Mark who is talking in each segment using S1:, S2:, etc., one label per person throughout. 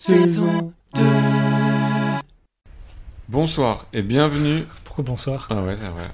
S1: saison 2.
S2: Bonsoir et bienvenue.
S3: Pourquoi bonsoir
S2: Ah ouais, c'est vrai.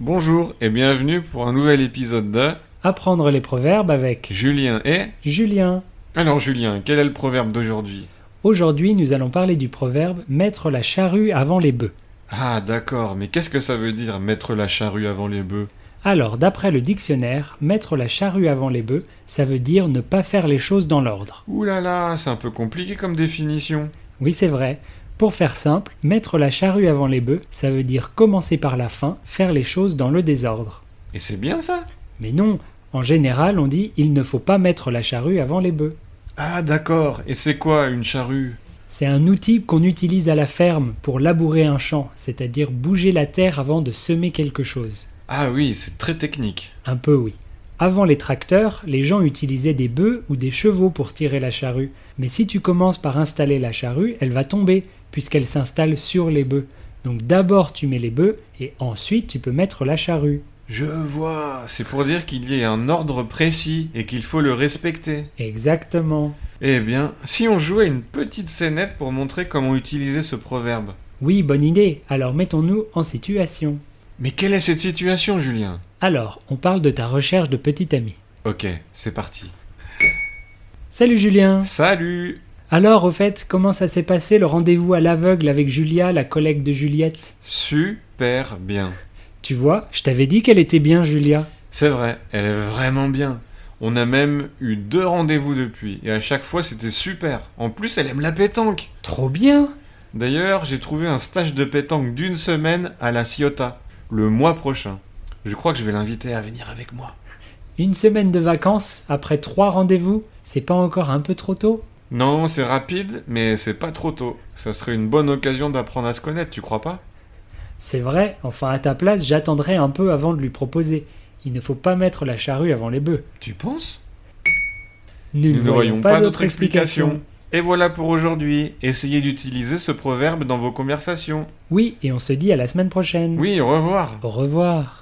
S2: Bonjour et bienvenue pour un nouvel épisode de
S3: Apprendre les proverbes avec
S2: Julien et.
S3: Julien.
S2: Alors Julien, quel est le proverbe d'aujourd'hui
S3: Aujourd'hui, nous allons parler du proverbe mettre la charrue avant les bœufs.
S2: Ah d'accord, mais qu'est-ce que ça veut dire mettre la charrue avant les bœufs
S3: Alors, d'après le dictionnaire, mettre la charrue avant les bœufs, ça veut dire ne pas faire les choses dans l'ordre.
S2: Ouh là là, c'est un peu compliqué comme définition.
S3: Oui, c'est vrai. Pour faire simple, mettre la charrue avant les bœufs, ça veut dire commencer par la fin, faire les choses dans le désordre.
S2: Et c'est bien ça
S3: Mais non, en général, on dit il ne faut pas mettre la charrue avant les bœufs.
S2: Ah d'accord, et c'est quoi une charrue
S3: C'est un outil qu'on utilise à la ferme pour labourer un champ, c'est-à-dire bouger la terre avant de semer quelque chose.
S2: Ah oui, c'est très technique.
S3: Un peu oui. Avant les tracteurs, les gens utilisaient des bœufs ou des chevaux pour tirer la charrue. Mais si tu commences par installer la charrue, elle va tomber, puisqu'elle s'installe sur les bœufs. Donc d'abord tu mets les bœufs, et ensuite tu peux mettre la charrue.
S2: Je vois, c'est pour dire qu'il y a un ordre précis et qu'il faut le respecter.
S3: Exactement.
S2: Eh bien, si on jouait une petite scénette pour montrer comment utiliser ce proverbe.
S3: Oui, bonne idée. Alors mettons-nous en situation.
S2: Mais quelle est cette situation, Julien
S3: Alors, on parle de ta recherche de petit ami.
S2: Ok, c'est parti.
S3: Salut Julien
S2: Salut
S3: Alors, au fait, comment ça s'est passé le rendez-vous à l'aveugle avec Julia, la collègue de Juliette
S2: Super bien.
S3: Tu vois, je t'avais dit qu'elle était bien, Julia.
S2: C'est vrai, elle est vraiment bien. On a même eu deux rendez-vous depuis, et à chaque fois c'était super. En plus, elle aime la pétanque.
S3: Trop bien
S2: D'ailleurs, j'ai trouvé un stage de pétanque d'une semaine à la Ciotat, le mois prochain. Je crois que je vais l'inviter à venir avec moi.
S3: Une semaine de vacances, après trois rendez-vous, c'est pas encore un peu trop tôt
S2: Non, c'est rapide, mais c'est pas trop tôt. Ça serait une bonne occasion d'apprendre à se connaître, tu crois pas
S3: C'est vrai, enfin à ta place, j'attendrai un peu avant de lui proposer. Il ne faut pas mettre la charrue avant les bœufs.
S2: Tu penses
S3: Nous,
S2: Nous ne voyons pas d'autre explication.
S3: explication.
S2: Et voilà pour aujourd'hui. Essayez d'utiliser ce proverbe dans vos conversations.
S3: Oui, et on se dit à la semaine prochaine.
S2: Oui, au revoir.
S3: Au revoir.